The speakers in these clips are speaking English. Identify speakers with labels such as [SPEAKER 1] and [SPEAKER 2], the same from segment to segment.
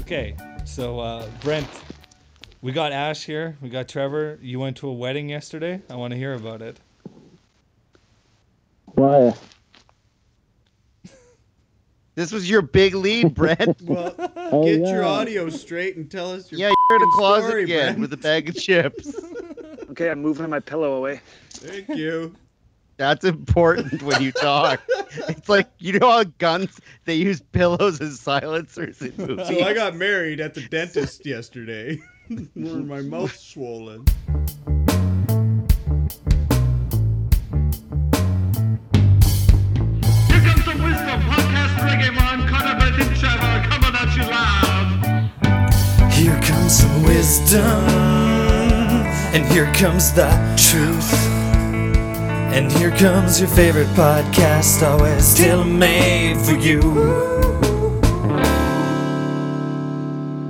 [SPEAKER 1] Okay, so uh, Brent, we got Ash here. We got Trevor. You went to a wedding yesterday. I want to hear about it.
[SPEAKER 2] Why?
[SPEAKER 3] This was your big lead, Brent.
[SPEAKER 4] Well,
[SPEAKER 2] Oh,
[SPEAKER 4] get your
[SPEAKER 2] yeah.
[SPEAKER 4] audio straight and tell us your.
[SPEAKER 3] yeah, you're in a
[SPEAKER 4] Fucking
[SPEAKER 3] closet
[SPEAKER 4] story,
[SPEAKER 3] again
[SPEAKER 4] Brent.
[SPEAKER 3] with a bag of chips.
[SPEAKER 2] Okay, I'm moving my pillow away.
[SPEAKER 4] Thank you.
[SPEAKER 3] That's important when you talk. it's like you know how guns they use pillows as silencers in movies.
[SPEAKER 4] So I got married at the dentist yesterday. Where my mouth's swollen.
[SPEAKER 5] Here comes the wisdom podcast reggae man, Connor Brett and Trevor coming at you live.
[SPEAKER 6] Here comes some wisdom, and here comes the truth. And here comes your favorite podcast, always still made for you.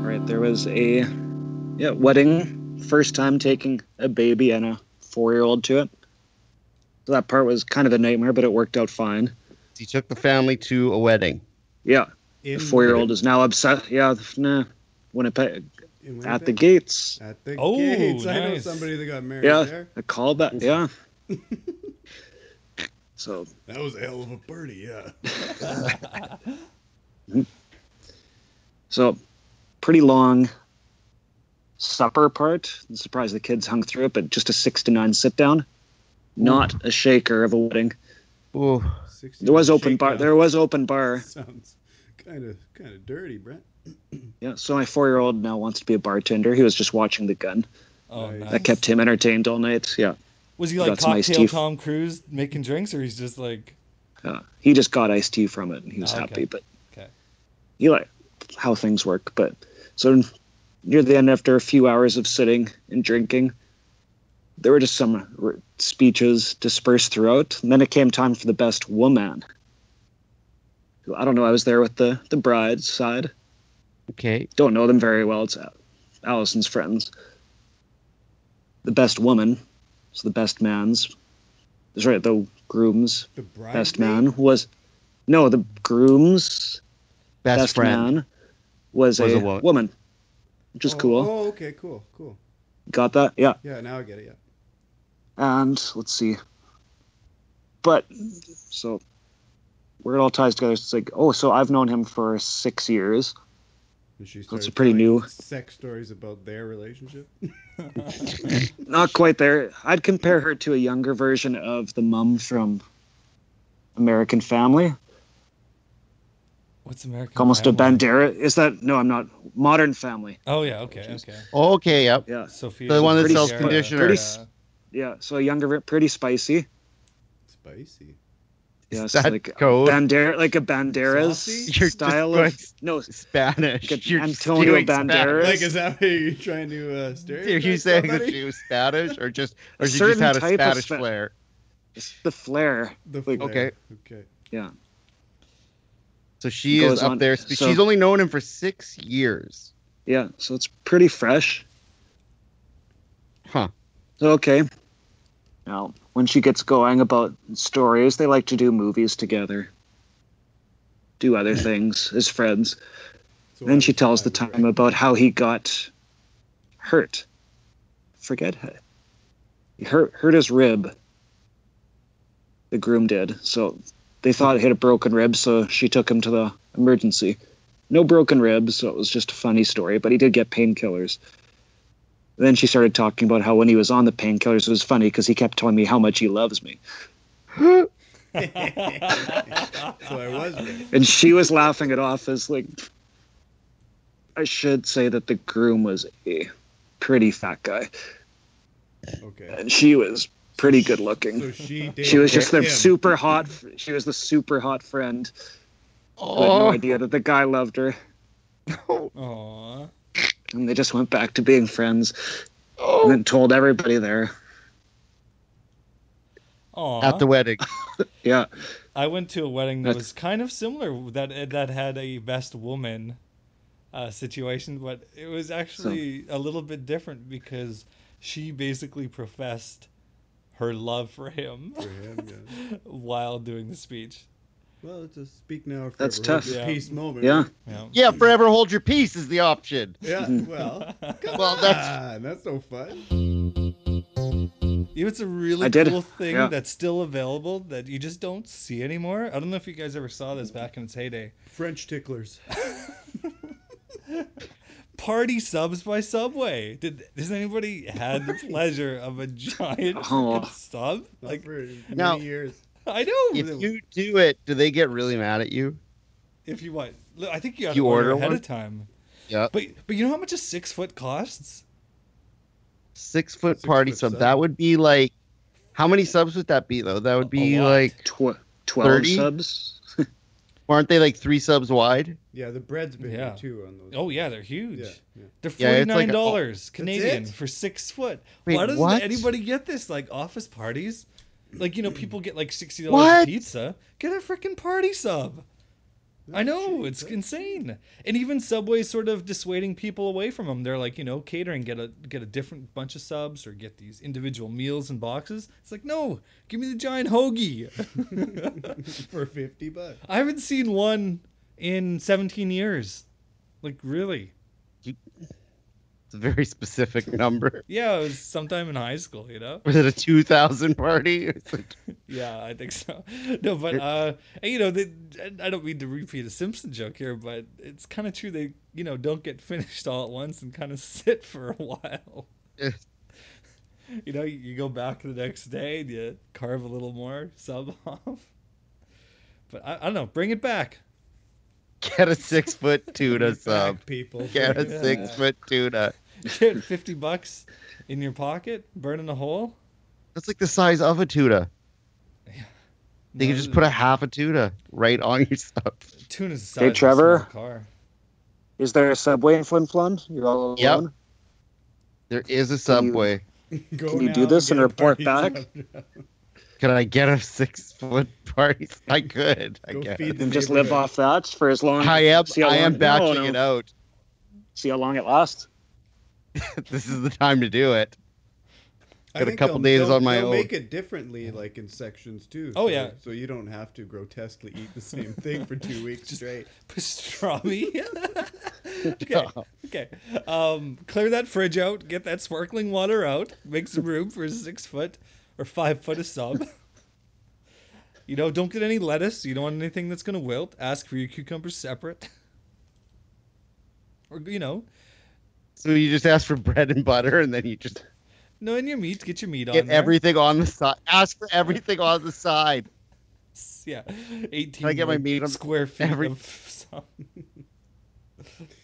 [SPEAKER 2] Right, there was a yeah, wedding. First time taking a baby and a four year old to it. So that part was kind of a nightmare, but it worked out fine.
[SPEAKER 3] He took the family to a wedding.
[SPEAKER 2] Yeah.
[SPEAKER 4] In
[SPEAKER 2] The four year old is now upset. Yeah, th- nah. Winnipeg
[SPEAKER 4] in
[SPEAKER 2] at the
[SPEAKER 4] Winnipeg.
[SPEAKER 2] gates.
[SPEAKER 4] At the
[SPEAKER 1] Oh,
[SPEAKER 4] gates. I know
[SPEAKER 1] nice.
[SPEAKER 4] somebody that got married
[SPEAKER 2] Yeah.
[SPEAKER 4] Uh, there.
[SPEAKER 2] A call back. Yeah. so
[SPEAKER 4] That was a hell of a party. Yeah.
[SPEAKER 2] So, pretty long supper part. I'm surprised the kids hung through it, but just a six to nine sit down. Not a shaker of a wedding.
[SPEAKER 3] Ooh,
[SPEAKER 4] 60
[SPEAKER 2] There was open bar.
[SPEAKER 4] shakedown.
[SPEAKER 2] There was open bar.
[SPEAKER 4] Sounds kind of kind of dirty, Brent.
[SPEAKER 2] Yeah. So my four-year-old now wants to be a bartender. He was just watching the gun.
[SPEAKER 1] Oh,
[SPEAKER 4] Nice.
[SPEAKER 1] nice.
[SPEAKER 2] That kept him entertained all night. Yeah.
[SPEAKER 1] Was he like
[SPEAKER 2] got some iced
[SPEAKER 1] cocktail
[SPEAKER 2] tea.
[SPEAKER 1] Tom Cruise making drinks, or he's just like
[SPEAKER 2] Uh, he just got iced tea from it, and he was
[SPEAKER 1] Oh, okay.
[SPEAKER 2] happy. But
[SPEAKER 1] Okay.
[SPEAKER 2] he like how things work. But so near the end, after a few hours of sitting and drinking, there were just some r- speeches dispersed throughout. And then it came time for the best woman. Who I don't know. I was there with the the bride's side.
[SPEAKER 3] okay.
[SPEAKER 2] Don't know them very well. It's Al- Allison's friends. The best woman, so the best man's. Sorry, the groom's
[SPEAKER 4] The bride.
[SPEAKER 2] best man was no the groom's
[SPEAKER 3] Best,
[SPEAKER 2] best,
[SPEAKER 3] friend.
[SPEAKER 2] man was,
[SPEAKER 3] Was
[SPEAKER 2] a,
[SPEAKER 3] a wo-
[SPEAKER 2] woman which is
[SPEAKER 4] oh,
[SPEAKER 2] cool
[SPEAKER 4] Oh, okay, cool, cool.
[SPEAKER 2] got that yeah
[SPEAKER 4] Yeah, now I get it. Yeah.
[SPEAKER 2] and let's see but so where it all ties together it's like oh so i've known him for six years
[SPEAKER 4] And she
[SPEAKER 2] That's
[SPEAKER 4] started
[SPEAKER 2] pretty
[SPEAKER 4] telling
[SPEAKER 2] new.
[SPEAKER 4] Sex stories about their relationship.
[SPEAKER 2] not quite there i'd compare her to a younger version of the mum from american family
[SPEAKER 1] what's American?
[SPEAKER 2] almost
[SPEAKER 1] Family?
[SPEAKER 2] a bandera is that no i'm not modern family
[SPEAKER 1] Oh yeah, okay,
[SPEAKER 2] Just-
[SPEAKER 1] okay.
[SPEAKER 3] Okay, yep.
[SPEAKER 2] yeah
[SPEAKER 1] Sophia.
[SPEAKER 3] The one that
[SPEAKER 1] Vergara,
[SPEAKER 2] sells
[SPEAKER 3] conditioner.
[SPEAKER 2] Pretty s- yeah so a younger ver- pretty spicy
[SPEAKER 4] Spicy.
[SPEAKER 2] Yeah,
[SPEAKER 3] Is
[SPEAKER 2] it's
[SPEAKER 3] that
[SPEAKER 2] like a
[SPEAKER 3] code?
[SPEAKER 2] Bandera, like a Banderas
[SPEAKER 4] Saucy?
[SPEAKER 3] You're
[SPEAKER 2] style
[SPEAKER 3] just
[SPEAKER 2] of no.
[SPEAKER 3] Spanish.
[SPEAKER 2] Get
[SPEAKER 3] You're
[SPEAKER 2] Antonio
[SPEAKER 3] spewing
[SPEAKER 2] Banderas.
[SPEAKER 4] Like, is that what you're trying to uh,
[SPEAKER 3] Spanish.
[SPEAKER 4] stereotype?
[SPEAKER 3] Are you saying that
[SPEAKER 4] somebody?
[SPEAKER 3] she was Spanish, or just, or
[SPEAKER 2] A
[SPEAKER 3] she just
[SPEAKER 2] certain
[SPEAKER 3] had a
[SPEAKER 2] type of
[SPEAKER 3] Spanish
[SPEAKER 2] Spa-
[SPEAKER 3] flair?
[SPEAKER 2] It's the flair.
[SPEAKER 4] The
[SPEAKER 2] Like-
[SPEAKER 4] flare.
[SPEAKER 3] Okay.
[SPEAKER 4] Okay.
[SPEAKER 3] So she
[SPEAKER 2] Goes
[SPEAKER 3] is up
[SPEAKER 2] on-
[SPEAKER 3] there. spe-
[SPEAKER 2] so-
[SPEAKER 3] She's only known him for six years.
[SPEAKER 2] Yeah, so it's pretty fresh.
[SPEAKER 3] Huh.
[SPEAKER 2] So, okay. Now, when she gets going about stories, they like to do movies together, do other things as friends.
[SPEAKER 4] So
[SPEAKER 2] then
[SPEAKER 4] I
[SPEAKER 2] she
[SPEAKER 4] was-
[SPEAKER 2] tells
[SPEAKER 4] I
[SPEAKER 2] the
[SPEAKER 4] was
[SPEAKER 2] time
[SPEAKER 4] right.
[SPEAKER 2] about how he got hurt. Forget her. He hurt, hurt his rib. The groom did. So they thought he had a broken rib, so she took him to the emergency. No broken rib, so it was just a funny story, but he did get painkillers. Then she started talking about how when he was on the painkillers, it was funny because he kept telling me how much he loves me.
[SPEAKER 4] So I was right.
[SPEAKER 2] And she was laughing it off as like I should say that the groom was a pretty fat guy.
[SPEAKER 4] Okay.
[SPEAKER 2] And she was pretty good
[SPEAKER 4] So
[SPEAKER 2] looking.
[SPEAKER 4] she dated
[SPEAKER 2] She was just the
[SPEAKER 4] him.
[SPEAKER 2] super hot she was the super hot friend. who had no
[SPEAKER 3] Oh,
[SPEAKER 2] idea that the guy loved her.
[SPEAKER 1] Aw.
[SPEAKER 2] And they just went back to being friends and
[SPEAKER 3] oh.
[SPEAKER 2] then told everybody there.
[SPEAKER 1] Aw.
[SPEAKER 3] At
[SPEAKER 4] Oh.
[SPEAKER 3] the wedding.
[SPEAKER 2] Yeah.
[SPEAKER 1] I went to a wedding that
[SPEAKER 2] That's-
[SPEAKER 1] was kind of similar that that had a best woman uh, situation, but it was actually a little bit different because she basically professed her love for him
[SPEAKER 4] For him, yeah.
[SPEAKER 1] while doing the speech.
[SPEAKER 4] Well, it's a speak now. Or forever
[SPEAKER 2] That's
[SPEAKER 4] hold
[SPEAKER 2] tough.
[SPEAKER 4] your
[SPEAKER 1] Yeah.
[SPEAKER 4] Peace moment.
[SPEAKER 2] Yeah.
[SPEAKER 4] right?
[SPEAKER 1] Yeah.
[SPEAKER 3] Yeah, forever hold your peace is the option.
[SPEAKER 4] Yeah. Well. Come
[SPEAKER 3] Well,
[SPEAKER 4] on,
[SPEAKER 3] that's
[SPEAKER 4] that's no fun.
[SPEAKER 1] You know, It's a
[SPEAKER 2] I
[SPEAKER 1] really
[SPEAKER 2] did.
[SPEAKER 1] cool thing
[SPEAKER 2] Yeah.
[SPEAKER 1] that's still available that you just don't see anymore. I don't know if you guys ever saw this back in its heyday.
[SPEAKER 4] French ticklers.
[SPEAKER 1] Party subs by Subway. Did has anybody had the pleasure of a giant
[SPEAKER 2] Oh.
[SPEAKER 1] freaking sub?
[SPEAKER 4] Not
[SPEAKER 1] Like
[SPEAKER 4] for many
[SPEAKER 3] Now-
[SPEAKER 4] years.
[SPEAKER 1] I know
[SPEAKER 3] if you do it, do they get really mad at you?
[SPEAKER 1] if you want, look, I think you have
[SPEAKER 3] You
[SPEAKER 1] to order,
[SPEAKER 3] order
[SPEAKER 1] ahead
[SPEAKER 3] one?
[SPEAKER 1] of time.
[SPEAKER 3] Yeah.
[SPEAKER 1] But but you know how much a six foot costs?
[SPEAKER 3] Six foot
[SPEAKER 4] Six
[SPEAKER 3] party
[SPEAKER 4] foot
[SPEAKER 3] sub.
[SPEAKER 4] sub.
[SPEAKER 3] That would be like, how many subs would that be though? That would be
[SPEAKER 1] lot.
[SPEAKER 3] like,
[SPEAKER 2] Tw- 12
[SPEAKER 3] 30?
[SPEAKER 2] subs?
[SPEAKER 3] aren't they like three subs wide?
[SPEAKER 4] Yeah, the bread's been
[SPEAKER 1] Yeah.
[SPEAKER 4] here too on those.
[SPEAKER 1] Oh yeah, they're huge.
[SPEAKER 4] Yeah, yeah.
[SPEAKER 1] They're
[SPEAKER 3] Yeah,
[SPEAKER 1] forty
[SPEAKER 3] it's like
[SPEAKER 1] nine
[SPEAKER 3] a-
[SPEAKER 1] dollars Canadian
[SPEAKER 4] it?
[SPEAKER 1] for six foot.
[SPEAKER 3] Wait,
[SPEAKER 1] Why doesn't
[SPEAKER 3] what?
[SPEAKER 1] anybody get this? Like office parties? Like you know, people get like sixty dollars
[SPEAKER 3] What?
[SPEAKER 1] pizza. Get a freaking party sub. I know it's insane, and even Subway's sort of dissuading people away from them. They're like, you know, catering get a get a different bunch of subs or get these individual meals in boxes. It's like, no, give me the giant hoagie.
[SPEAKER 4] for fifty bucks.
[SPEAKER 1] I haven't seen one in 17 years. Like really?
[SPEAKER 3] It's a very specific number.
[SPEAKER 1] Yeah, it was sometime in high school, you know.
[SPEAKER 3] Was it a two thousand party? It's like-
[SPEAKER 1] Yeah, I think so. No, but uh, and, you know, they, and I don't mean to repeat a Simpson joke here, but it's kind of true. They, you know, don't get finished all at once and kind of sit for a while.
[SPEAKER 3] Yeah.
[SPEAKER 1] You know, you go back the next day and you carve a little more sub off. But I, I don't know. Bring it back.
[SPEAKER 3] Get a six foot tuna
[SPEAKER 4] Back
[SPEAKER 3] sub.
[SPEAKER 4] people.
[SPEAKER 3] Get a
[SPEAKER 1] um, Yeah.
[SPEAKER 3] six foot tuna.
[SPEAKER 1] Get 50 bucks in your pocket, burning a hole.
[SPEAKER 3] That's like the size of a tuna. They
[SPEAKER 1] No,
[SPEAKER 3] could just put a half a tuna right on your sub.
[SPEAKER 1] tuna's the size
[SPEAKER 2] Hey,
[SPEAKER 1] of a
[SPEAKER 2] Trevor.
[SPEAKER 1] small car.
[SPEAKER 2] Is there a subway in Flin Flon? You're all alone?
[SPEAKER 3] Yep. There is a subway.
[SPEAKER 4] Go
[SPEAKER 2] Can you
[SPEAKER 4] now
[SPEAKER 2] do this and
[SPEAKER 4] get a
[SPEAKER 2] report
[SPEAKER 4] party
[SPEAKER 2] back?
[SPEAKER 4] sub.
[SPEAKER 3] Could I get a six foot party? I could. I
[SPEAKER 4] Go
[SPEAKER 3] guess.
[SPEAKER 4] feed the
[SPEAKER 2] And just live
[SPEAKER 4] neighborhood.
[SPEAKER 2] off that for as long
[SPEAKER 3] I am.
[SPEAKER 2] see how
[SPEAKER 3] I am
[SPEAKER 2] long-
[SPEAKER 3] backing
[SPEAKER 2] no, no.
[SPEAKER 3] it out.
[SPEAKER 2] See how long it lasts?
[SPEAKER 3] This is the time to do it.
[SPEAKER 4] I
[SPEAKER 3] Got a
[SPEAKER 4] think
[SPEAKER 3] couple
[SPEAKER 4] they'll-
[SPEAKER 3] days
[SPEAKER 4] they'll-
[SPEAKER 3] on my
[SPEAKER 4] they'll
[SPEAKER 3] own.
[SPEAKER 4] Make it differently, like in sections too.
[SPEAKER 1] Oh,
[SPEAKER 4] so-
[SPEAKER 1] yeah.
[SPEAKER 4] So you don't have to grotesquely eat the same thing for two weeks
[SPEAKER 1] Just-
[SPEAKER 4] straight.
[SPEAKER 1] pastrami. okay, okay. Um, clear that fridge out. Get that sparkling water out. Make some room for a six foot or five foot of sub. You know, don't get any lettuce. You don't want anything that's gonna wilt. Ask for your cucumbers separate. Or you know,
[SPEAKER 3] So you just ask for bread and butter, and then you just
[SPEAKER 1] no, and your meat. Get your meat on
[SPEAKER 3] get
[SPEAKER 1] there.
[SPEAKER 3] everything on the side. Ask for everything on the side.
[SPEAKER 1] yeah, eighteen.
[SPEAKER 3] I get my
[SPEAKER 1] like,
[SPEAKER 3] meat on
[SPEAKER 1] square feet
[SPEAKER 3] every-
[SPEAKER 1] of sub.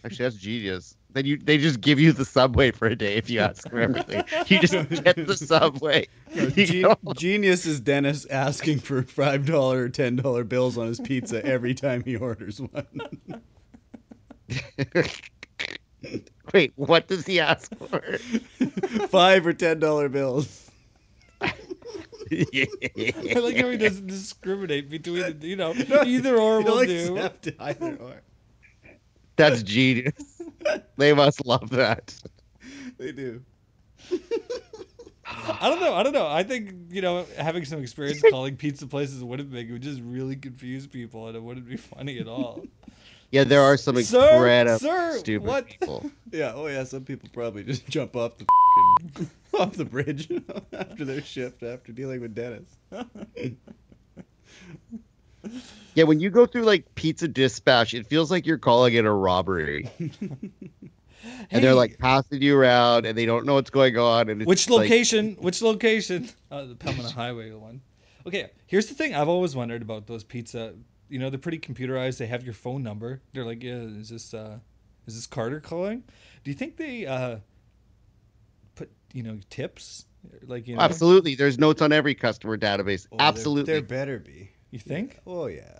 [SPEAKER 3] Actually, that's genius. Then you they just give you the subway for a day if you ask for everything. You just get the subway. You
[SPEAKER 4] Gen-
[SPEAKER 3] know?
[SPEAKER 4] genius is Dennis asking for five dollar or ten dollar bills on his pizza every time he orders one.
[SPEAKER 3] Wait, what does he ask for?
[SPEAKER 4] five or ten dollar bills.
[SPEAKER 1] I like how he doesn't discriminate between the, you know
[SPEAKER 4] No,
[SPEAKER 1] either or
[SPEAKER 4] He'll
[SPEAKER 1] will do.
[SPEAKER 4] accept either or.
[SPEAKER 3] That's genius. They must love that.
[SPEAKER 4] They do.
[SPEAKER 1] I don't know. I don't know. I think you know having some experience calling pizza places Winnipeg would just really confuse people, and it wouldn't be funny at all.
[SPEAKER 3] Yeah, there are some
[SPEAKER 1] Sir,
[SPEAKER 3] incredible
[SPEAKER 1] sir,
[SPEAKER 3] stupid
[SPEAKER 1] what?
[SPEAKER 3] people.
[SPEAKER 4] Yeah. Oh yeah. Some people probably just jump off the fing off the bridge after their shift after dealing with Dennis.
[SPEAKER 3] Yeah, when you go through like pizza dispatch, it feels like you're calling it a robbery, and
[SPEAKER 1] Hey,
[SPEAKER 3] they're like passing you around, and they don't know what's going on. And it's
[SPEAKER 1] which
[SPEAKER 3] like-
[SPEAKER 1] location? which location? Uh, the Pemina Highway one. Okay, here's the thing. I've always wondered about those pizza. You know, they're pretty computerized. They have your phone number. They're like, yeah, is this uh, is this Carter calling? Do you think they uh, put you know tips? Like you know,
[SPEAKER 3] Absolutely, there's notes on every customer database.
[SPEAKER 4] Oh, there-
[SPEAKER 3] Absolutely,
[SPEAKER 4] There better be.
[SPEAKER 1] you think?
[SPEAKER 4] Oh yeah.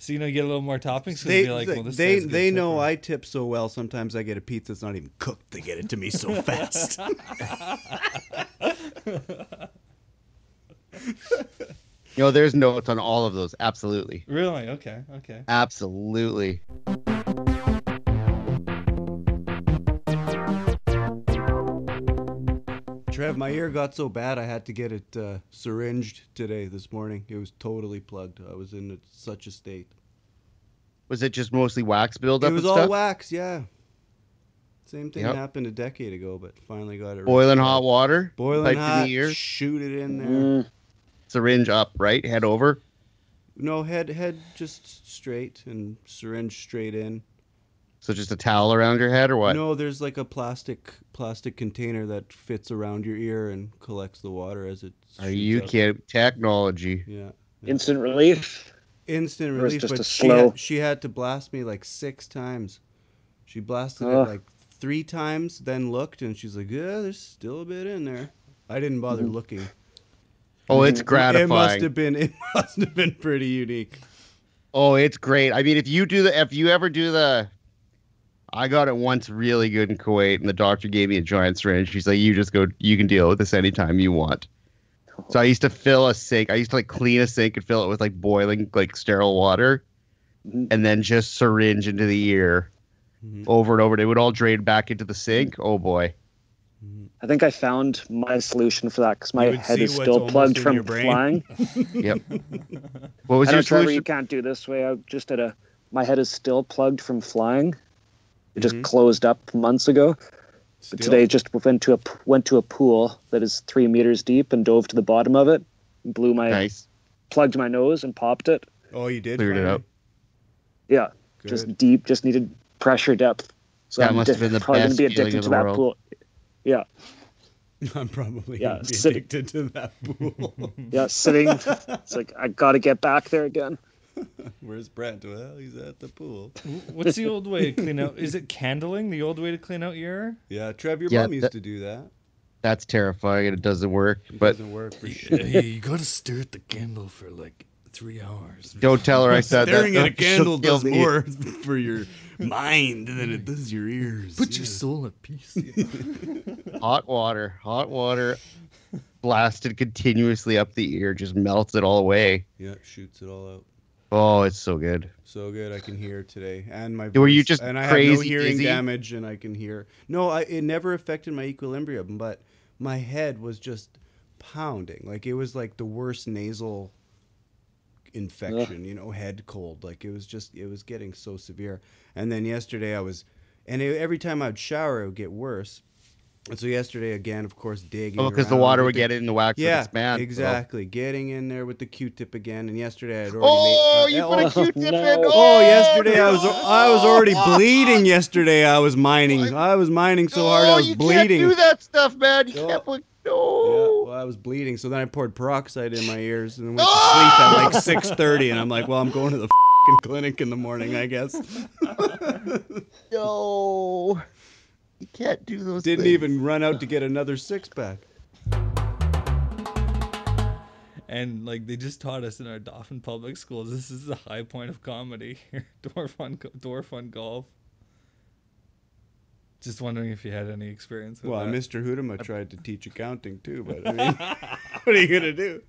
[SPEAKER 1] So you know, you get a little more toppings. 'cause
[SPEAKER 4] They
[SPEAKER 1] you'd be like,
[SPEAKER 4] they-
[SPEAKER 1] well, this
[SPEAKER 4] they,
[SPEAKER 1] guy's a good
[SPEAKER 4] they know
[SPEAKER 1] tipper.
[SPEAKER 4] I tip so well. Sometimes I get a pizza that's not even cooked. They get it to me so fast.
[SPEAKER 3] you know, there's notes on all of those. Absolutely,
[SPEAKER 1] Really? Okay. Okay.
[SPEAKER 3] absolutely.
[SPEAKER 4] Trev, my ear got so bad I had to get it uh, syringed today, this morning. It was totally plugged. I was in such a state.
[SPEAKER 3] Was it just mostly wax buildup?
[SPEAKER 4] It was
[SPEAKER 3] and
[SPEAKER 4] all
[SPEAKER 3] stuff?
[SPEAKER 4] wax, yeah. Same thing
[SPEAKER 3] Yep.
[SPEAKER 4] happened a decade ago, but finally got it.
[SPEAKER 3] Boiling hot water.
[SPEAKER 4] Boiling
[SPEAKER 3] piped in the
[SPEAKER 4] hot.
[SPEAKER 3] ear.
[SPEAKER 4] Shoot it in there.
[SPEAKER 2] Mm,
[SPEAKER 3] Syringe up, right? Head over.
[SPEAKER 4] No, head head just straight and syringe straight in.
[SPEAKER 3] So just a towel around your head or what?
[SPEAKER 4] No, there's like a plastic plastic container that fits around your ear and collects the water as it.
[SPEAKER 3] Are
[SPEAKER 4] shoots
[SPEAKER 3] you
[SPEAKER 4] out.
[SPEAKER 3] kidding? Technology.
[SPEAKER 4] Yeah.
[SPEAKER 2] instant relief.
[SPEAKER 4] Instant
[SPEAKER 2] Or it's
[SPEAKER 4] release,
[SPEAKER 2] just
[SPEAKER 4] but
[SPEAKER 2] a
[SPEAKER 4] she,
[SPEAKER 2] slow-
[SPEAKER 4] had, she had to blast me like six times. She blasted
[SPEAKER 2] Ugh.
[SPEAKER 4] it like three times, then looked, and she's like, "Yeah, there's still a bit in there." I didn't bother
[SPEAKER 2] Mm-hmm.
[SPEAKER 4] looking.
[SPEAKER 3] Oh, it's
[SPEAKER 4] It must
[SPEAKER 3] gratifying.
[SPEAKER 4] have been. It must have been pretty unique.
[SPEAKER 3] Oh, it's great. I mean, if you do the, if you ever do the, I got it once really good in Kuwait, and the doctor gave me a giant syringe. She's like, you just go, you can deal with this anytime you want. So I used to fill a sink. I used to like clean a sink and fill it with like boiling, like sterile water,
[SPEAKER 2] Mhm.
[SPEAKER 3] and then just syringe into the ear
[SPEAKER 4] Mhm.
[SPEAKER 3] over and over. And it would all drain back into the sink. Oh boy.
[SPEAKER 2] I think I found my solution for that because my
[SPEAKER 4] You would
[SPEAKER 2] head
[SPEAKER 4] see
[SPEAKER 2] is
[SPEAKER 4] what's
[SPEAKER 2] still
[SPEAKER 4] almost
[SPEAKER 2] plugged
[SPEAKER 4] in
[SPEAKER 2] from
[SPEAKER 4] your brain.
[SPEAKER 2] flying.
[SPEAKER 3] Yep. what was
[SPEAKER 2] I
[SPEAKER 3] your
[SPEAKER 2] know, Trevor, you
[SPEAKER 3] solution?
[SPEAKER 2] can't do this way. I just at a my head is still plugged from flying. It just
[SPEAKER 4] Mhm.
[SPEAKER 2] closed up months ago.
[SPEAKER 4] Still?
[SPEAKER 2] Today, just went to a p- went to a pool that is three meters deep and dove to the bottom of it. Blew my
[SPEAKER 3] Nice.
[SPEAKER 2] plugged my nose and popped it.
[SPEAKER 4] Oh, you did.
[SPEAKER 3] Cleared it
[SPEAKER 4] finally?
[SPEAKER 3] up.
[SPEAKER 2] Yeah,
[SPEAKER 4] Good.
[SPEAKER 2] just deep. Just needed pressure depth. So
[SPEAKER 3] That
[SPEAKER 2] I'm
[SPEAKER 3] must have been the
[SPEAKER 2] probably gonna
[SPEAKER 3] best
[SPEAKER 2] be
[SPEAKER 3] feeling
[SPEAKER 2] addicted
[SPEAKER 3] in
[SPEAKER 2] to
[SPEAKER 3] the
[SPEAKER 2] that
[SPEAKER 3] world.
[SPEAKER 2] pool. Yeah,
[SPEAKER 4] I'm probably
[SPEAKER 2] Yeah,
[SPEAKER 4] gonna be
[SPEAKER 2] sit-
[SPEAKER 4] addicted to that pool.
[SPEAKER 2] yeah. Sitting, it's like I got to get back there again.
[SPEAKER 4] Where's Brent? Well, he's at the pool.
[SPEAKER 1] What's the old way to clean out? Is it candling? The old way to clean out your ear?
[SPEAKER 4] Yeah, Trev, your
[SPEAKER 3] Yeah,
[SPEAKER 4] mom used
[SPEAKER 3] that-
[SPEAKER 4] to do that.
[SPEAKER 3] That's terrifying, and it doesn't work.
[SPEAKER 4] It
[SPEAKER 3] But
[SPEAKER 4] doesn't work for shit.
[SPEAKER 1] Yeah, you gotta stare at the candle for like three hours.
[SPEAKER 3] don't tell her I said that.
[SPEAKER 4] Staring at a
[SPEAKER 3] She'll
[SPEAKER 4] candle
[SPEAKER 3] kill
[SPEAKER 4] does
[SPEAKER 3] me.
[SPEAKER 4] more for your mind than it does your ears.
[SPEAKER 1] Put your
[SPEAKER 4] yeah.
[SPEAKER 1] soul at peace.
[SPEAKER 3] hot water, hot water blasted continuously up the ear, just melts it all away.
[SPEAKER 4] Yeah, shoots it all out.
[SPEAKER 3] Oh, it's so good.
[SPEAKER 4] So good, I can hear today, and my. Voice,
[SPEAKER 3] Were you just
[SPEAKER 4] and I have no
[SPEAKER 3] crazy
[SPEAKER 4] hearing
[SPEAKER 3] dizzy?
[SPEAKER 4] damage, and I can hear. No, I, it never affected my equilibrium, but my head was just pounding. Like it was like the worst nasal infection, you know, head cold. Like it was just, it was getting so severe. And then yesterday I was, and it, every time I'd shower, it would get worse. And so yesterday again, of course, digging.
[SPEAKER 3] Oh, because the
[SPEAKER 4] around
[SPEAKER 3] water
[SPEAKER 4] with
[SPEAKER 3] would get it in the wax would
[SPEAKER 4] Yeah,
[SPEAKER 3] expand.
[SPEAKER 4] exactly. Getting in there with the Q-tip again, and yesterday I had already
[SPEAKER 3] Oh,
[SPEAKER 4] made.
[SPEAKER 3] you
[SPEAKER 4] uh,
[SPEAKER 3] put
[SPEAKER 4] oh,
[SPEAKER 3] a Q-tip in.
[SPEAKER 2] no.
[SPEAKER 3] Oh,
[SPEAKER 4] Oh, yesterday I was
[SPEAKER 3] no.
[SPEAKER 4] I was already bleeding. Yesterday I was mining. I was mining so hard I
[SPEAKER 3] No,
[SPEAKER 4] was
[SPEAKER 3] Oh, you
[SPEAKER 4] bleeding.
[SPEAKER 3] can't do that Oh. stuff, man. You
[SPEAKER 4] No.
[SPEAKER 3] can't put.
[SPEAKER 4] Yeah,
[SPEAKER 3] No.
[SPEAKER 4] well, I was bleeding. So then I poured peroxide in my ears and went to sleep at
[SPEAKER 3] Ah!
[SPEAKER 4] like six thirty. And I'm like, well, I'm going to the fing clinic in the morning, I guess.
[SPEAKER 3] No. You can't do those.
[SPEAKER 4] Didn't
[SPEAKER 3] things.
[SPEAKER 4] even run out to get another six pack.
[SPEAKER 1] And like they just taught us in our Dauphin public schools, this is the high point of comedy here. Dwarf on dwarf on golf. Just wondering if you had any experience with
[SPEAKER 4] Well,
[SPEAKER 1] that.
[SPEAKER 4] Mr. Hudema tried to teach accounting too, but I mean, what are you gonna do?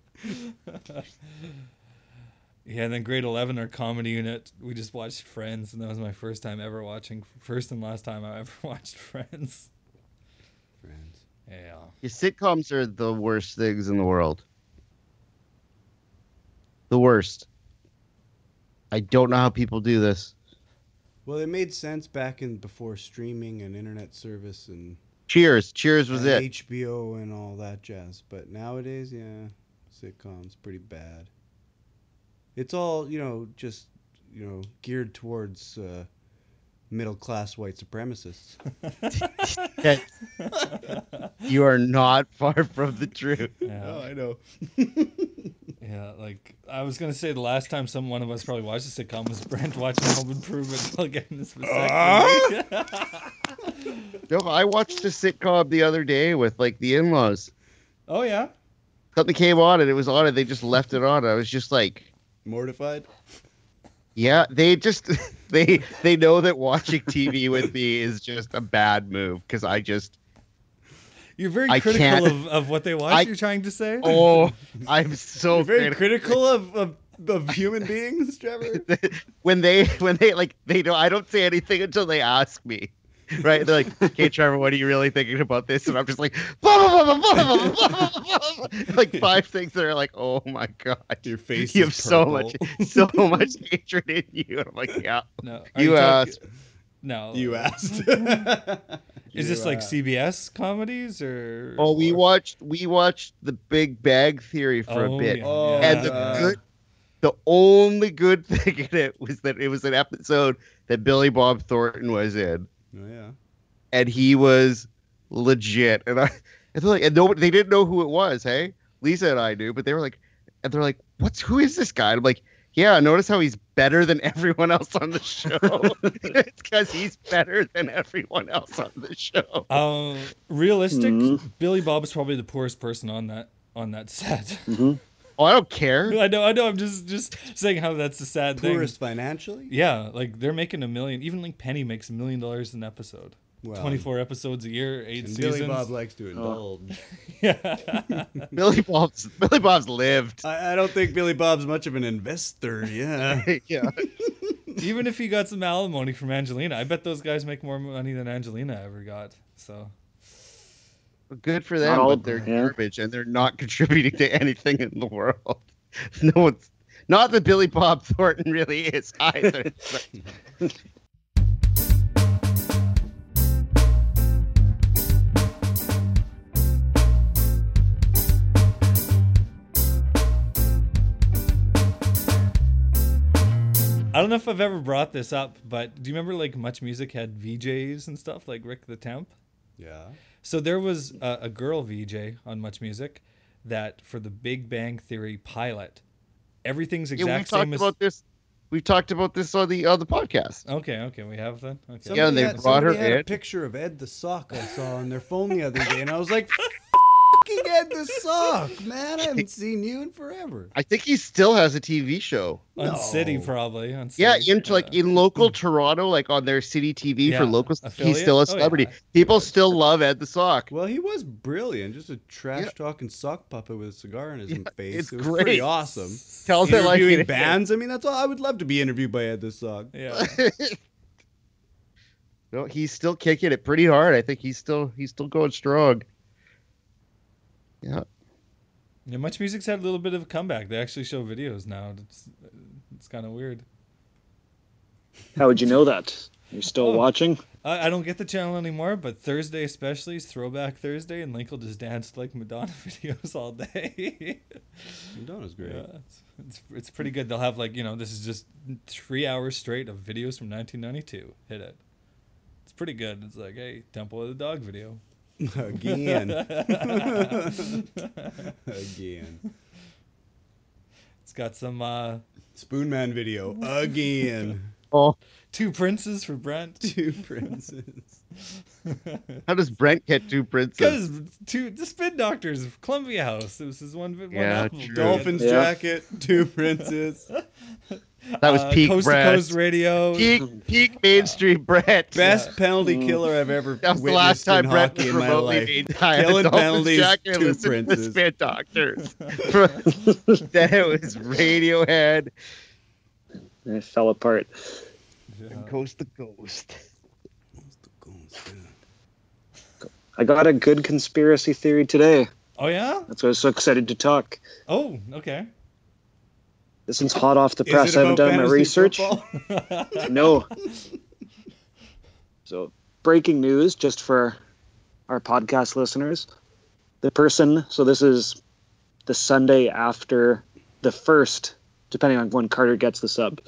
[SPEAKER 1] yeah, and then grade eleven, our comedy unit, we just watched Friends, and that was my first time ever watching, first and last time I ever watched Friends.
[SPEAKER 4] Friends.
[SPEAKER 1] Yeah.
[SPEAKER 3] Your sitcoms are the worst things in the world. The worst. I don't know how people do this.
[SPEAKER 4] Well, it made sense back in before streaming and internet service and
[SPEAKER 3] Cheers. Cheers was
[SPEAKER 4] and
[SPEAKER 3] it.
[SPEAKER 4] HBO and all that jazz. But nowadays, yeah, sitcoms pretty bad. It's all you know, just you know, geared towards uh, middle class white supremacists.
[SPEAKER 3] That- you are not far from the truth.
[SPEAKER 1] Yeah.
[SPEAKER 4] Oh, I know.
[SPEAKER 1] Yeah, like I was gonna say, the last time some one of us probably watched a sitcom was Brent watching Home Improvement while getting this vasectomy.
[SPEAKER 3] No, I watched a sitcom the other day with like the in-laws.
[SPEAKER 1] oh yeah,
[SPEAKER 3] Something came on and it was on and they just left it on. I was just like,
[SPEAKER 4] Mortified.
[SPEAKER 3] yeah, they just they they know that watching TV with me is just a bad move because I just
[SPEAKER 1] you're very
[SPEAKER 3] I
[SPEAKER 1] critical
[SPEAKER 3] can't-
[SPEAKER 1] of, of what they watch.
[SPEAKER 3] I-
[SPEAKER 1] you're trying to say.
[SPEAKER 3] oh I'm so
[SPEAKER 4] Very
[SPEAKER 3] critical.
[SPEAKER 4] critical of, of of human beings, Trevor.
[SPEAKER 3] when they when they like they don't I don't say anything until they ask me. right? They're like, "Hey, Trevor, what are you really thinking about this?" And I'm just like, blah, blah, blah, blah, blah, blah, blah, blah, blah, blah. like five things that are like, "Oh my god,
[SPEAKER 1] Your face
[SPEAKER 3] you
[SPEAKER 1] is
[SPEAKER 3] have so
[SPEAKER 1] purple.
[SPEAKER 3] much, so much hatred in you." And I'm like, "Yeah,
[SPEAKER 1] No, are
[SPEAKER 3] you uh,
[SPEAKER 1] talk-
[SPEAKER 3] asked."
[SPEAKER 1] No,
[SPEAKER 4] You asked.
[SPEAKER 1] Is this like CBS comedies or?
[SPEAKER 3] Oh, we
[SPEAKER 1] or-
[SPEAKER 3] watched, we watched The Big Bag Theory for
[SPEAKER 1] Oh,
[SPEAKER 3] a bit,
[SPEAKER 1] yeah.
[SPEAKER 4] Oh,
[SPEAKER 3] and the
[SPEAKER 4] God.
[SPEAKER 3] good, the only good thing in it was that it was an episode that Billy Bob Thornton was in.
[SPEAKER 4] Oh, yeah.
[SPEAKER 3] and he was legit. And I, and they're like, and nobody, they didn't know who it was. Hey, Lisa and I knew, but they were like, and they're like, what's who is this guy? And I'm like, yeah, notice how he's better than everyone else on the show. it's because he's better than everyone else on the show.
[SPEAKER 1] Um, realistic.
[SPEAKER 2] Mhm.
[SPEAKER 1] Billy Bob is probably the poorest person on that on that set.
[SPEAKER 2] Mm-hmm.
[SPEAKER 3] Oh, I don't care.
[SPEAKER 1] I know, I know. I'm just just saying how that's a sad
[SPEAKER 4] Poorest financially?
[SPEAKER 1] thing. Yeah, like they're making a million. Even like Penny makes a million dollars an episode.
[SPEAKER 4] Well,
[SPEAKER 1] Twenty-four episodes a year, eight
[SPEAKER 4] and
[SPEAKER 1] seasons.
[SPEAKER 4] Billy Bob likes to indulge.
[SPEAKER 1] yeah.
[SPEAKER 3] Billy Bob's Billy Bob's lived.
[SPEAKER 4] I, I don't think Billy Bob's much of an investor. Yeah.
[SPEAKER 3] yeah.
[SPEAKER 1] Even if he got some alimony from Angelina, I bet those guys make more money than Angelina ever got. So
[SPEAKER 3] Good for them,
[SPEAKER 2] Not all-
[SPEAKER 3] but they're
[SPEAKER 2] yeah.
[SPEAKER 3] garbage and they're not contributing to anything in the world. No one's not that Billy Bob Thornton really is either. but-
[SPEAKER 1] I don't know if I've ever brought this up, but do you remember like Much Music had VJs and stuff like Rick the Temp?
[SPEAKER 4] Yeah.
[SPEAKER 1] So there was a, a girl VJ on Much Music that for the Big Bang Theory pilot, everything's
[SPEAKER 3] Yeah, we
[SPEAKER 1] exact
[SPEAKER 3] talked
[SPEAKER 1] same as.
[SPEAKER 3] about this. We talked about this on the on the podcast.
[SPEAKER 1] Okay, okay, we have then. Okay.
[SPEAKER 3] Yeah, and they
[SPEAKER 4] had-
[SPEAKER 3] brought her
[SPEAKER 4] somebody had a
[SPEAKER 3] in.
[SPEAKER 4] picture of Ed the Sock I saw on their phone the other day, and I was like, "Fucking Ed the Sock, man! I haven't seen you in forever."
[SPEAKER 3] I think he still has a TV show.
[SPEAKER 1] on
[SPEAKER 4] No.
[SPEAKER 1] City probably on. City.
[SPEAKER 3] Yeah, in like
[SPEAKER 1] Uh,
[SPEAKER 3] in local Toronto, like on their city TV
[SPEAKER 1] Yeah,
[SPEAKER 3] for local.
[SPEAKER 1] affiliate?
[SPEAKER 3] He's still
[SPEAKER 1] Oh,
[SPEAKER 3] a celebrity.
[SPEAKER 1] yeah.
[SPEAKER 3] People still love Ed the Sock.
[SPEAKER 4] Well, he was brilliant. Just a trash talking sock puppet with a cigar in his
[SPEAKER 3] Yeah,
[SPEAKER 4] face.
[SPEAKER 3] it's
[SPEAKER 4] it was pretty
[SPEAKER 3] great.
[SPEAKER 4] awesome.
[SPEAKER 3] Tells it like
[SPEAKER 4] Interviewing
[SPEAKER 3] it is.
[SPEAKER 4] bands. I mean, that's all. I would love to be interviewed by Ed the Sock.
[SPEAKER 1] yeah.
[SPEAKER 3] no, he's still kicking it pretty hard. I think he's still he's still going strong. Yeah.
[SPEAKER 1] yeah, Much Music's had a little bit of a comeback. They actually show videos now. It's it's kind of weird.
[SPEAKER 2] How would you know that? You're still
[SPEAKER 1] Oh.
[SPEAKER 2] watching?
[SPEAKER 1] I, I don't get the channel anymore, but Thursday especially is Throwback Thursday, and Linkle just danced like Madonna videos all day.
[SPEAKER 4] Madonna's great.
[SPEAKER 1] Yeah, it's, it's it's pretty good. They'll have like you know this is just three hours straight of videos from 1992. Hit it. It's pretty good. It's like hey, Temple of the Dog video.
[SPEAKER 4] Again,
[SPEAKER 1] it's
[SPEAKER 4] again.
[SPEAKER 1] got some uh,
[SPEAKER 4] Spoonman video again.
[SPEAKER 3] Oh,
[SPEAKER 1] two princes for Brent.
[SPEAKER 4] Two princes.
[SPEAKER 3] how does Brent get two princes?
[SPEAKER 1] Because two the Spin Doctors Columbia House. It was his one. one
[SPEAKER 3] Yeah,
[SPEAKER 1] album.
[SPEAKER 3] true.
[SPEAKER 4] Dolphins
[SPEAKER 2] Yeah.
[SPEAKER 4] jacket. Two princes.
[SPEAKER 3] That was
[SPEAKER 1] Uh,
[SPEAKER 3] peak
[SPEAKER 1] Coast
[SPEAKER 3] Brent.
[SPEAKER 1] to Coast Radio.
[SPEAKER 3] peak peak mainstream Brent.
[SPEAKER 4] Best
[SPEAKER 1] Yeah.
[SPEAKER 4] penalty killer I've ever
[SPEAKER 3] Mm. That was the last
[SPEAKER 4] witnessed
[SPEAKER 3] time
[SPEAKER 4] in
[SPEAKER 3] Brett
[SPEAKER 4] hockey
[SPEAKER 3] was
[SPEAKER 4] in my
[SPEAKER 3] remotely
[SPEAKER 4] life.
[SPEAKER 3] made
[SPEAKER 4] Killing
[SPEAKER 3] Killing
[SPEAKER 4] penalties, two
[SPEAKER 3] two princes.
[SPEAKER 4] princes.
[SPEAKER 3] The spin doctors. then it was Radiohead
[SPEAKER 2] It fell apart.
[SPEAKER 3] and Coast to Coast.
[SPEAKER 2] I got a good conspiracy theory today.
[SPEAKER 1] Oh yeah.
[SPEAKER 2] That's why I was so excited to talk.
[SPEAKER 1] Oh okay.
[SPEAKER 2] This one's hot off the
[SPEAKER 4] Is
[SPEAKER 2] press.
[SPEAKER 4] it
[SPEAKER 2] I haven't
[SPEAKER 4] about
[SPEAKER 2] done my
[SPEAKER 4] fantasy
[SPEAKER 2] research.
[SPEAKER 4] football?
[SPEAKER 2] No. so, breaking news just for our podcast listeners. The person, so this is the Sunday after the first, depending on when Carter gets this up,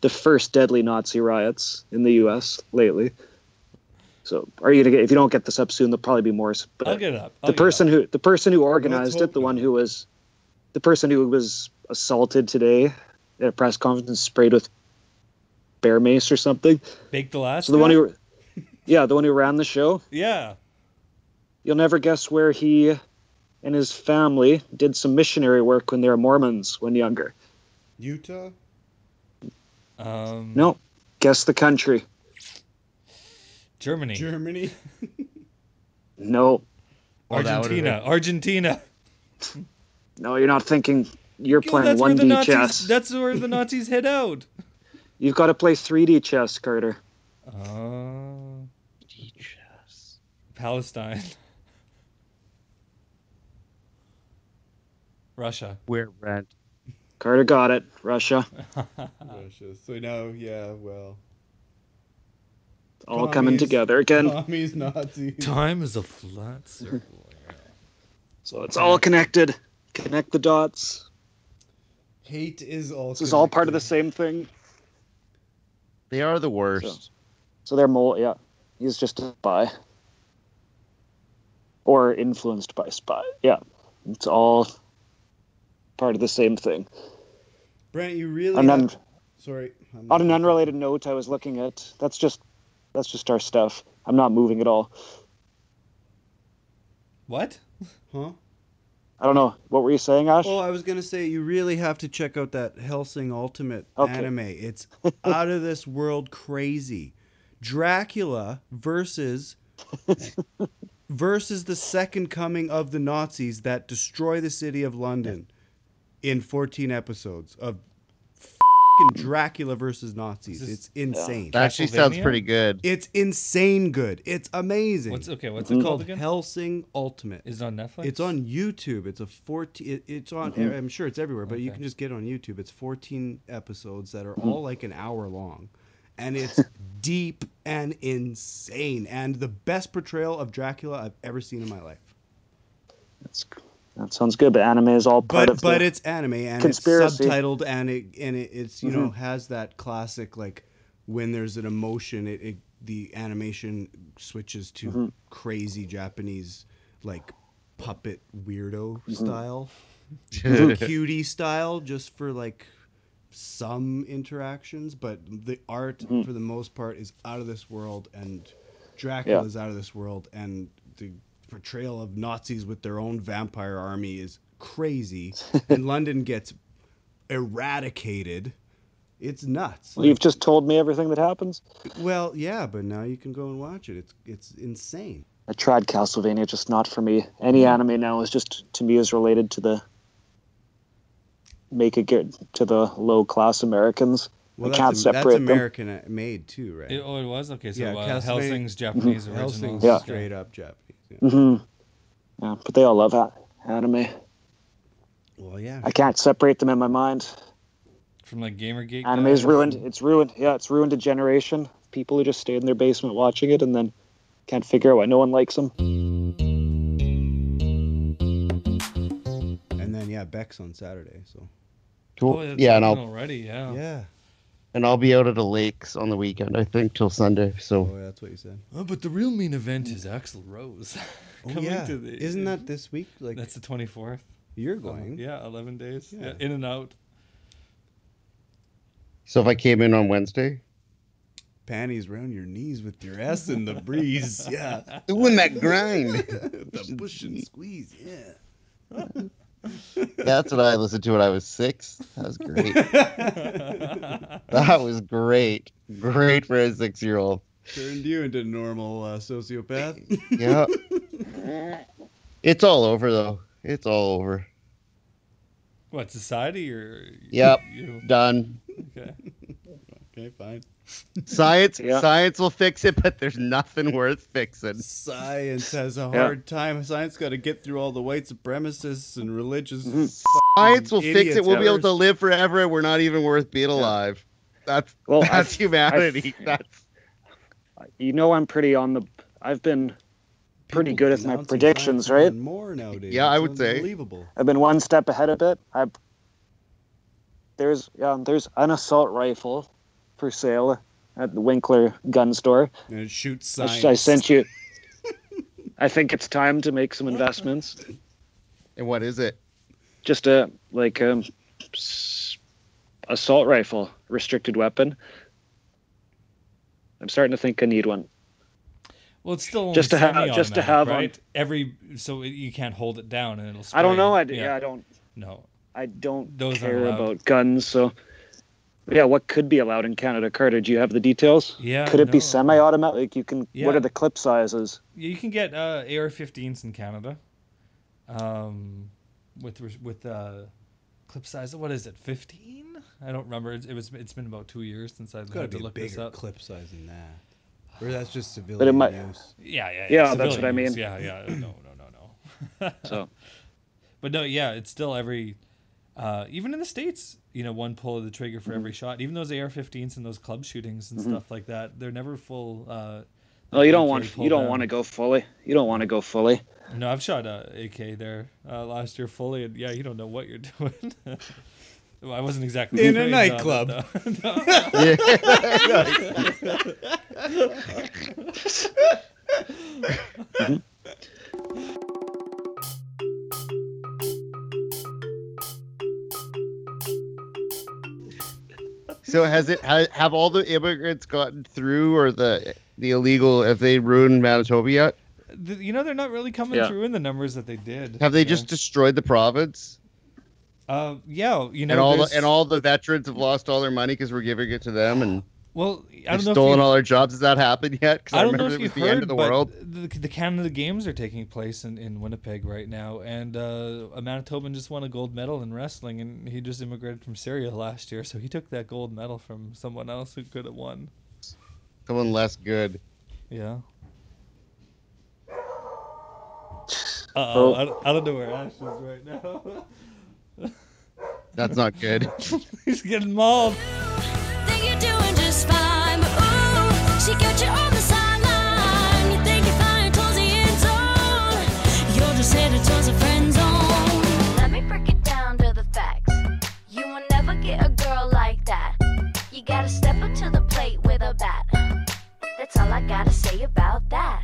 [SPEAKER 2] the first deadly Nazi riots in the U.S. lately. So, are you gonna get? If you don't get this up soon, there'll probably be more. s- But
[SPEAKER 1] I'll get it up. I'll get it
[SPEAKER 2] the
[SPEAKER 1] up.
[SPEAKER 2] person who the person who organized
[SPEAKER 4] hope
[SPEAKER 2] it, the
[SPEAKER 4] not.
[SPEAKER 2] one who was the person who was assaulted today at a press conference and sprayed with bear mace or something.
[SPEAKER 1] Baked Alaska.
[SPEAKER 2] So the one who Yeah, the one who ran the show.
[SPEAKER 1] Yeah.
[SPEAKER 2] You'll never guess where he and his family did some missionary work when they were Mormons when younger.
[SPEAKER 4] Utah.
[SPEAKER 1] Um,
[SPEAKER 2] No. Guess the country.
[SPEAKER 1] Germany.
[SPEAKER 4] Germany.
[SPEAKER 2] No.
[SPEAKER 3] Well, that would've
[SPEAKER 1] Argentina. Argentina.
[SPEAKER 2] No, you're not thinking you're
[SPEAKER 1] Yo,
[SPEAKER 2] playing
[SPEAKER 1] that's where
[SPEAKER 2] one
[SPEAKER 1] the
[SPEAKER 2] D
[SPEAKER 1] Nazis,
[SPEAKER 2] chess.
[SPEAKER 1] That's where the Nazis head out.
[SPEAKER 2] You've got to play three D chess, Carter.
[SPEAKER 1] Oh. Palestine. Russia.
[SPEAKER 3] Where rent?
[SPEAKER 2] Carter got it. Russia.
[SPEAKER 4] Russia. So now, yeah, well,
[SPEAKER 2] All coming
[SPEAKER 4] Commies.
[SPEAKER 2] together again.
[SPEAKER 4] Tommy's Nazis.
[SPEAKER 1] Time is a flat circle.
[SPEAKER 2] So it's all connected. Connect the dots.
[SPEAKER 4] Hate is all.
[SPEAKER 2] This is all part of the same thing.
[SPEAKER 3] They are the worst.
[SPEAKER 2] So they're mole. Yeah, he's just a spy, or influenced by spy. Yeah, it's all part of the same thing.
[SPEAKER 4] Brent, you really.
[SPEAKER 2] On an,
[SPEAKER 4] have- Sorry. I'm
[SPEAKER 2] on an unrelated note, I was looking at that's just that's just our stuff. I'm not moving at all.
[SPEAKER 1] What?
[SPEAKER 4] Huh?
[SPEAKER 2] I don't know what were you saying, Ash.
[SPEAKER 4] Oh, I was gonna say you really have to check out that Helsing Ultimate
[SPEAKER 2] Okay.
[SPEAKER 4] anime. It's out of this world crazy. Dracula versus versus the second coming of the Nazis that destroy the city of London in 14 episodes of fing Dracula versus Nazis.
[SPEAKER 1] This is-
[SPEAKER 4] It's insane.
[SPEAKER 3] That actually sounds
[SPEAKER 1] Castlevania?
[SPEAKER 3] pretty good.
[SPEAKER 4] It's insane good. It's amazing.
[SPEAKER 1] What's okay? What's
[SPEAKER 2] Mm.
[SPEAKER 4] it's
[SPEAKER 1] it called
[SPEAKER 4] called
[SPEAKER 1] again?
[SPEAKER 4] Helsing Ultimate.
[SPEAKER 1] Is it on Netflix?
[SPEAKER 4] It's on YouTube. It's a 14 it, it's on
[SPEAKER 2] Mhm.
[SPEAKER 4] I'm sure it's everywhere, but you
[SPEAKER 1] Okay.
[SPEAKER 4] can just get it on YouTube. It's 14 episodes that are all like an hour long. And it's deep and insane and the best portrayal of Dracula I've ever seen in my life.
[SPEAKER 2] That's, that sounds good. But anime is all part
[SPEAKER 4] But
[SPEAKER 2] of
[SPEAKER 4] but
[SPEAKER 2] the,
[SPEAKER 4] it's anime and it's
[SPEAKER 2] conspiracy.
[SPEAKER 4] subtitled and it and it, it's you know has that classic like when there's an emotion it, it the animation switches to crazy Japanese like puppet weirdo style. cutie style just for like some interactions, but the art
[SPEAKER 2] Mm-hmm.
[SPEAKER 4] for the most part is out of this world, and Dracula
[SPEAKER 2] Yeah.
[SPEAKER 4] is out of this world, and the portrayal of Nazis with their own vampire army is crazy, and London gets eradicated. It's nuts.
[SPEAKER 2] You've just told me everything that happens.
[SPEAKER 4] Well, yeah, but now you can go and watch it. It's it's insane.
[SPEAKER 2] I tried Castlevania, just not for me. Any anime now is just to me is related to the make it get to the low class Americans.
[SPEAKER 4] Well,
[SPEAKER 2] I can't
[SPEAKER 4] that's,
[SPEAKER 2] separate
[SPEAKER 4] that's
[SPEAKER 2] them.
[SPEAKER 4] American made too, right?
[SPEAKER 1] It- oh, it was okay. So
[SPEAKER 4] Yeah,
[SPEAKER 1] uh,
[SPEAKER 4] Castlevania-
[SPEAKER 1] Helsing's Japanese original.
[SPEAKER 4] Helsing's
[SPEAKER 2] Yeah.
[SPEAKER 4] straight up Japanese. yeah.
[SPEAKER 2] hmm Yeah, but they all love a- anime.
[SPEAKER 4] Well, yeah.
[SPEAKER 2] I can't separate them in my mind.
[SPEAKER 1] from like GamerGate.
[SPEAKER 2] Anime
[SPEAKER 1] guys.
[SPEAKER 2] is ruined. It's ruined. Yeah, it's ruined a generation. People who just stayed in their basement watching it and then can't figure out why no one likes them.
[SPEAKER 4] And then yeah, Beck's on Saturday, so
[SPEAKER 1] Oh,
[SPEAKER 3] Cool.
[SPEAKER 1] it's
[SPEAKER 3] yeah, and
[SPEAKER 1] open
[SPEAKER 3] I'll
[SPEAKER 1] already. Yeah.
[SPEAKER 4] yeah.
[SPEAKER 3] and I'll be out at the lakes on the weekend, I think, till Sunday. So
[SPEAKER 4] Oh, that's what you said.
[SPEAKER 1] Oh, but the real main event is Axel Rose.
[SPEAKER 4] Oh, yeah. Isn't that this week? Like
[SPEAKER 1] That's the 24th.
[SPEAKER 4] you're going?
[SPEAKER 1] Yeah, 11 days. Yeah.
[SPEAKER 4] Yeah.
[SPEAKER 1] in and out.
[SPEAKER 3] so if I came in on Wednesday,
[SPEAKER 4] Panties round your knees with your ass in the breeze. Yeah.
[SPEAKER 3] doing that grind.
[SPEAKER 4] the push and squeeze. Yeah.
[SPEAKER 3] That's what I listened to when I was six. That was great. that was great. Great for a six year old.
[SPEAKER 4] Turned you into a normal uh, sociopath.
[SPEAKER 3] Yeah. It's all over though. It's all over.
[SPEAKER 1] What society or?
[SPEAKER 3] Yep.
[SPEAKER 1] You,
[SPEAKER 3] Done.
[SPEAKER 1] okay.
[SPEAKER 4] okay, fine.
[SPEAKER 3] Science
[SPEAKER 2] Yeah.
[SPEAKER 3] science will fix it, but there's nothing worth fixing.
[SPEAKER 4] Science has a hard time. Science got to get through all the white supremacists and religious.
[SPEAKER 2] Mm-hmm.
[SPEAKER 3] Science will fix
[SPEAKER 4] Idiots,
[SPEAKER 3] it. We'll be able
[SPEAKER 4] Heathers.
[SPEAKER 3] to live forever and we're not even worth being alive. That's
[SPEAKER 2] Well, Oh, I-
[SPEAKER 3] that's humanity. that's
[SPEAKER 2] You know, I'm pretty on the. I've been pretty
[SPEAKER 4] people
[SPEAKER 2] good at my
[SPEAKER 4] denouncing
[SPEAKER 2] predictions,
[SPEAKER 4] science
[SPEAKER 2] right?
[SPEAKER 4] more and More nowadays.
[SPEAKER 3] Yeah, I
[SPEAKER 4] It's
[SPEAKER 3] would say.
[SPEAKER 4] unbelievable.
[SPEAKER 2] I've been one step ahead of it. I there's um, there's an assault rifle for sale at the Winkler gun store.
[SPEAKER 4] And it shoots
[SPEAKER 2] I,
[SPEAKER 4] science.
[SPEAKER 2] I sent you. I think it's time to make some investments.
[SPEAKER 3] and what is it?
[SPEAKER 2] Just a like um, s- assault rifle, restricted weapon. I'm starting to think I need one.
[SPEAKER 1] Well, it's still only
[SPEAKER 2] Just to have-
[SPEAKER 1] semi-automatic,
[SPEAKER 2] just to have on-
[SPEAKER 1] right. Every so it- you can't hold it down and it'll. Spray.
[SPEAKER 2] I don't know. I d- yeah, I don't.
[SPEAKER 1] No.
[SPEAKER 2] I don't
[SPEAKER 1] Those aren't
[SPEAKER 2] care
[SPEAKER 1] allowed.
[SPEAKER 2] about guns. So, yeah, what could be allowed in Canada, Carter? Do you have the details?
[SPEAKER 1] Yeah.
[SPEAKER 2] Could it be
[SPEAKER 1] no.
[SPEAKER 2] semi-automatic? You can. What
[SPEAKER 1] Yeah.
[SPEAKER 2] are the clip sizes?
[SPEAKER 1] Yeah, you can get uh, AR-15s in Canada, um, with res- with uh, clip size. What is it? 15? I don't remember. It's, it was. It's been about two years since I've
[SPEAKER 4] It's got to
[SPEAKER 1] had
[SPEAKER 4] be
[SPEAKER 1] to look this
[SPEAKER 4] bigger
[SPEAKER 1] up.
[SPEAKER 4] clip size than that. Or that's just civilian
[SPEAKER 2] might-
[SPEAKER 4] use.
[SPEAKER 1] Yeah, yeah,
[SPEAKER 2] Yeah, that's
[SPEAKER 1] civilian
[SPEAKER 2] what I
[SPEAKER 1] use.
[SPEAKER 2] mean.
[SPEAKER 1] Yeah, yeah, no, no, no, no.
[SPEAKER 2] So
[SPEAKER 1] but no, yeah, it's still every, uh, even in the states, you know, one pull of the trigger for
[SPEAKER 2] Mm-hmm.
[SPEAKER 1] every shot. Even those AR-15s and those club shootings and stuff like that, they're never full. Uh,
[SPEAKER 2] no, Oh, you don't
[SPEAKER 1] AK
[SPEAKER 2] want you
[SPEAKER 1] pulled
[SPEAKER 2] don't
[SPEAKER 1] down.
[SPEAKER 2] want to go fully. You don't want to go fully.
[SPEAKER 1] No, I've shot uh, AK there uh, last year fully, and yeah, you don't know what you're doing. well, I wasn't exactly
[SPEAKER 4] In a
[SPEAKER 1] trained on it,
[SPEAKER 4] nightclub.
[SPEAKER 1] though. No.
[SPEAKER 3] So has it ha, have all the immigrants gotten through or the the illegal have they ruined Manitoba yet?
[SPEAKER 1] Th- you know, they're not really coming
[SPEAKER 2] Yeah.
[SPEAKER 1] through in the numbers that they did.
[SPEAKER 3] Have they
[SPEAKER 1] you know?
[SPEAKER 3] just destroyed the province?
[SPEAKER 1] Uh, yeah, you know,
[SPEAKER 3] and all the,
[SPEAKER 1] there's-
[SPEAKER 3] and all the veterans have lost all their money because we're giving it to them and
[SPEAKER 1] Well, I
[SPEAKER 3] they've
[SPEAKER 1] don't know. if
[SPEAKER 3] stolen
[SPEAKER 1] you-
[SPEAKER 3] all our jobs. Has that happened yet? Because I,
[SPEAKER 1] I don't know
[SPEAKER 3] remember
[SPEAKER 1] if
[SPEAKER 3] it
[SPEAKER 1] you
[SPEAKER 3] was the
[SPEAKER 1] heard,
[SPEAKER 3] end of the
[SPEAKER 1] but
[SPEAKER 3] world.
[SPEAKER 1] The, the Canada Games are taking place in, in Winnipeg right now, and uh, a Manitoban just won a gold medal in wrestling, and he just immigrated from Syria last year, so he took that gold medal from someone else who could have won.
[SPEAKER 3] Someone less good.
[SPEAKER 1] Yeah. Uh
[SPEAKER 2] Oh.
[SPEAKER 1] oh, I, don't- I don't know where Ash is right now.
[SPEAKER 3] That's not good.
[SPEAKER 1] He's getting mauled.
[SPEAKER 7] Think you're doing just fine, but ooh, she got you on the sideline. You think you're flying towards the end zone. You're just headed towards the friend zone.
[SPEAKER 8] Let me break it down to the facts. You will never get a girl like that. You gotta step up to the plate with a bat. That's all I gotta say about that.